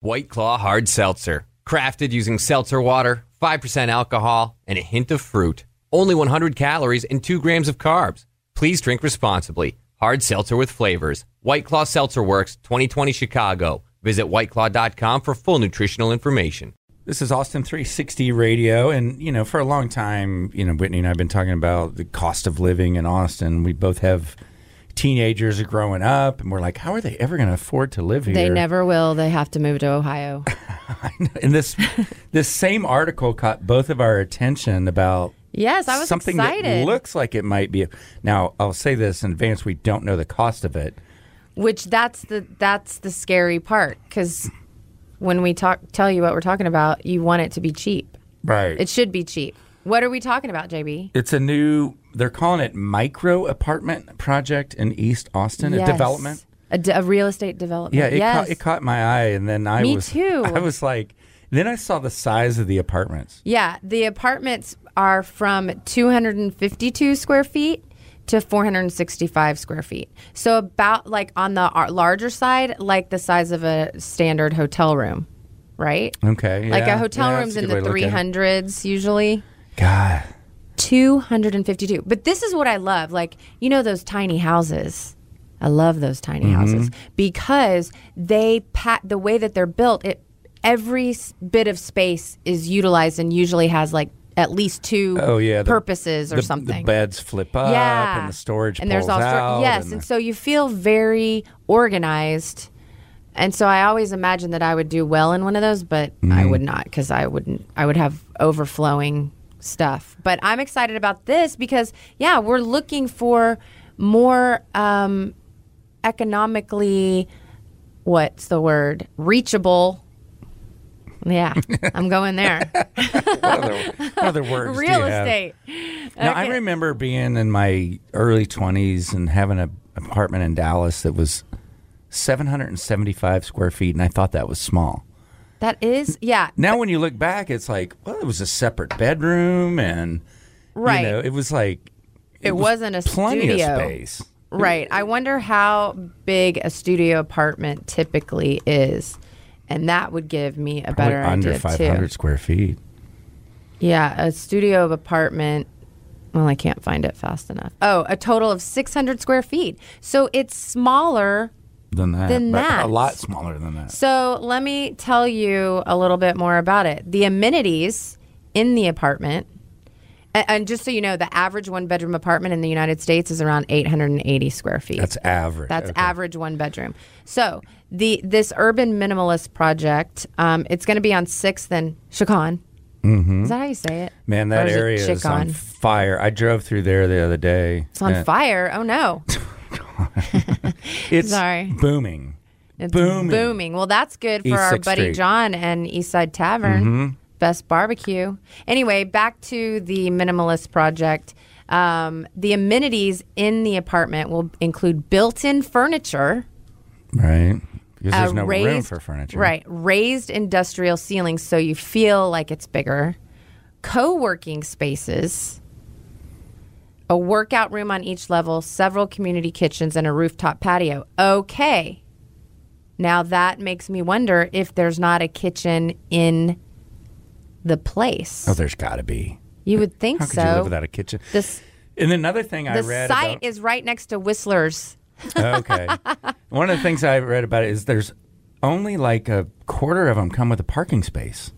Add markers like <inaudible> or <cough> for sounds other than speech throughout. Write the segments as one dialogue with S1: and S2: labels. S1: White Claw Hard Seltzer. Crafted using seltzer water, 5% alcohol, and a hint of fruit. Only 100 calories and 2 grams of carbs. Please drink responsibly. Hard seltzer with flavors. White Claw Seltzer Works, 2020 Chicago. Visit whiteclaw.com for full nutritional information.
S2: This is Austin 360 Radio. And, you know, for a long time, you know, Whitney and I have been talking about the cost of living in Austin. We both have teenagers growing up, and we're like, how are they ever going to afford to live here?
S3: They never will. They have to move to Ohio.
S2: <laughs> And this, this same article caught both of our attention about
S3: Yes, I was
S2: something
S3: excited.
S2: that looks like it might be. Now, I'll say this in advance we don't know the cost of it.
S3: which that's the that's the scary part because when we talk tell you what we're talking about, you want it to be cheap.
S2: Right.
S3: It should be cheap. What are we talking about, JB?
S2: It's a new. They're calling it micro apartment project in East Austin.
S3: Yes.
S2: A development.
S3: a, de- a real estate development.
S2: Yeah, it,
S3: Oh, yes.
S2: caught, it caught my eye, and then I
S3: Me
S2: was. <laughs>
S3: too.
S2: I was like, then I saw the size of the apartments.
S3: yeah, the apartments are from 252 square feet to 465 square feet. So about like on the ar- larger side, like the size of a standard hotel room, right?
S2: Okay,
S3: Like
S2: yeah,
S3: a hotel
S2: yeah,
S3: room's
S2: that's a
S3: in
S2: good
S3: the
S2: way to look at it.
S3: 300s usually.
S2: God,
S3: 252. But this is what I love. Like, you know, those tiny houses. I love those tiny
S2: Mm-hmm.
S3: houses because they pat the way that they're built, it every s- bit of space is utilized and usually has like at least two
S2: Oh, yeah, the-
S3: purposes or
S2: the,
S3: something.
S2: The beds flip up,
S3: yeah.
S2: and the storage
S3: and there's
S2: pulls
S3: all stor-
S2: out.
S3: Yes.
S2: and
S3: And
S2: the-
S3: so you feel very organized. And so I always imagined that I would do well in one of those, but
S2: Mm-hmm.
S3: I would not because I wouldn't. I would have overflowing stuff. But I'm excited about this because yeah, we're looking for more um, economically. What's the word? Reachable.
S2: <laughs>
S3: Yeah, I'm going there.
S2: what other, <laughs> what other
S3: <laughs>
S2: words? do you
S3: Real
S2: have?
S3: estate.
S2: Now, I
S3: Okay.
S2: remember being in my early 20s and having an apartment in Dallas that was 775 square feet, and I thought that was small.
S3: That is yeah.
S2: Now, when you look back, it's like, well, it was a separate bedroom, and
S3: Right.
S2: you know, it was like
S3: It wasn't a
S2: plenty
S3: studio.
S2: of space.
S3: Right. I wonder how big a studio apartment typically is. And that would give me a
S2: Probably
S3: better
S2: under
S3: idea
S2: 500
S3: too.
S2: square feet.
S3: Yeah, a studio apartment. Well, I can't find it fast enough. Oh, a total of 600 square feet. So it's smaller.
S2: Than that,
S3: Than
S2: but
S3: that.
S2: a lot smaller than that.
S3: So let me tell you a little bit more about it. The amenities in the apartment. a- And just so you know, the average one bedroom apartment in the United States is around 880 square feet.
S2: That's average.
S3: That's
S2: Okay.
S3: average one bedroom. So the this urban minimalist project, um, it's going to be on Sixth and Chicon. Is that how you say it?
S2: Mm-hmm. Man,
S3: Or
S2: that
S3: is it
S2: area is on
S3: Chicon?
S2: fire. I drove through there the other day.
S3: It's on
S2: and
S3: fire.
S2: <laughs>
S3: Oh no,
S2: It's
S3: Sorry.
S2: booming.
S3: it's
S2: Booming.
S3: booming. Well, that's good for
S2: East
S3: our
S2: Sixth
S3: buddy
S2: Street. Mm-hmm.
S3: John and Eastside Tavern, best barbecue. Anyway, back to the minimalist project. Um, the amenities in the apartment will include built-in furniture.
S2: Right. Because there's
S3: a
S2: no
S3: Uh, raised,
S2: room for furniture.
S3: Right. Raised industrial ceilings so you feel like it's bigger. Co working spaces, a workout room on each level, several community kitchens, and a rooftop patio. Okay. Now that makes me wonder if there's not a kitchen in the place.
S2: Oh, there's got to be.
S3: You would think
S2: How could
S3: so.
S2: you live without a kitchen?
S3: This-
S2: and another thing I
S3: the
S2: read
S3: site
S2: about,
S3: is right next to Whistler's.
S2: okay. One of the things I read about it is there's only like a quarter of them come with a parking space.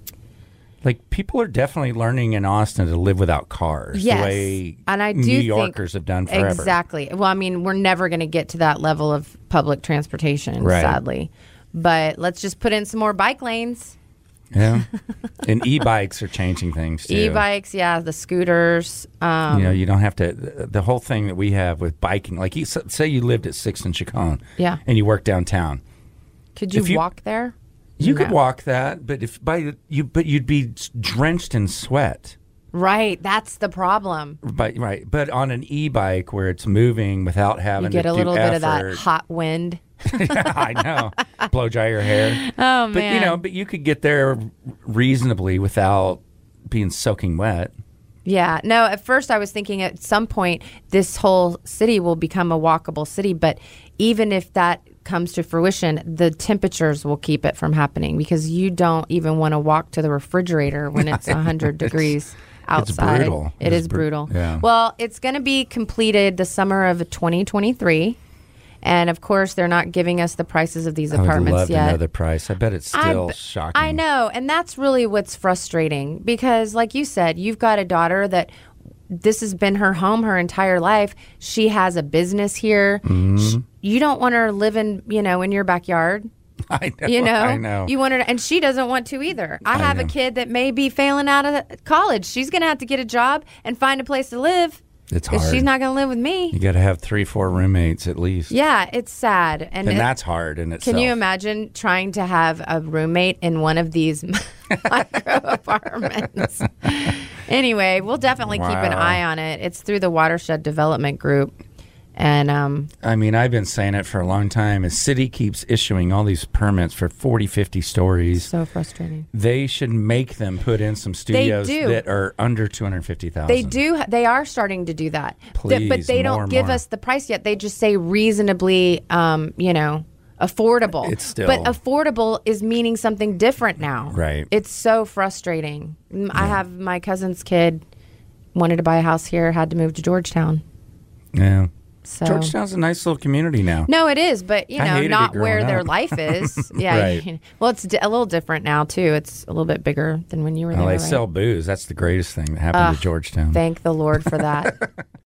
S2: Like people are definitely learning in Austin to live without cars.
S3: Yes,
S2: the way
S3: and I do
S2: New
S3: think-
S2: Yorkers have done forever.
S3: Exactly. Well, I mean, we're never going to get to that level of public transportation,
S2: Right.
S3: sadly. But let's just put in some more bike lanes,
S2: Yeah. and e-bikes are changing things too.
S3: e-bikes, yeah, the scooters. Um,
S2: You know, you don't have to. The the whole thing that we have with biking, like you, say, you lived at Sixth and Chicon,
S3: Yeah.
S2: and you work downtown.
S3: could you,
S2: if you-
S3: walk there?
S2: You could
S3: No.
S2: walk that, but if by the- you, but you'd be s- drenched in sweat.
S3: Right. That's the problem.
S2: But right, but on an e-bike where it's moving without having
S3: You get
S2: to
S3: a
S2: do
S3: little bit of that
S2: effort- <laughs>
S3: hot wind.
S2: I
S3: <laughs>
S2: know, blow dry your hair. Oh but, you know,
S3: man.
S2: but you could get there reasonably without being soaking wet.
S3: Yeah. No, at first I was thinking at some point this whole city will become a walkable city, but even if that comes to fruition, the temperatures will keep it from happening because you don't even want to walk to the refrigerator when
S2: <laughs>
S3: it's 100 degrees outside.
S2: brutal.
S3: It
S2: It's
S3: is
S2: br-
S3: brutal.
S2: yeah.
S3: Well, it's going to be completed the summer of 2023. And of course, they're not giving us the prices of these
S2: I would
S3: apartments
S2: love
S3: yet.
S2: to know the price. I bet it's
S3: I
S2: still
S3: b-
S2: shocking.
S3: I know, and that's really what's frustrating because, like you said, you've got a daughter that this has been her home her entire life. She has a business here.
S2: Mm-hmm.
S3: Sh you don't want her living, you know, in your backyard.
S2: <laughs> I know.
S3: You know,
S2: I know.
S3: you want her, to, and she doesn't want to either. I, have a
S2: know.
S3: kid that may be failing out of college. She's going to have to get a job and find a place to live.
S2: It's
S3: 'cause She's
S2: hard.
S3: not going to live with me.
S2: you got to have three, four roommates at least.
S3: Yeah, it's sad, and
S2: And
S3: it-
S2: that's hard in itself.
S3: Can you imagine trying to have a roommate in one of these <laughs> micro apartments? anyway, we'll definitely keep an
S2: Wow.
S3: eye on it. It's through the Watershed Development Group. And um,
S2: I mean, I've been saying it for a long time. The city keeps issuing all these permits for 40, 50 stories.
S3: so frustrating.
S2: They should make them put in some studios
S3: do.
S2: that are under 250,000.
S3: They do. They are starting to do that, Th- but
S2: Please,
S3: they
S2: more,
S3: don't give
S2: more.
S3: us the price yet. They just say reasonably, um, you know, affordable.
S2: It's still-
S3: but affordable is meaning something different now.
S2: Right.
S3: It's so frustrating. Mm, I have my cousin's kid wanted to buy a house here, had to move to Georgetown.
S2: Yeah.
S3: So
S2: Georgetown's a nice little community now.
S3: no, it is, but you
S2: I
S3: know,
S2: hated it
S3: not
S2: growing
S3: where their
S2: up.
S3: life
S2: <laughs>
S3: is. Yeah.
S2: Right.
S3: well, it's di- a little different now too. It's a little bit bigger than when you were there.
S2: Well, they
S3: right?
S2: sell booze. That's the greatest thing that happened to Georgetown. <laughs>
S3: Thank the Lord for that.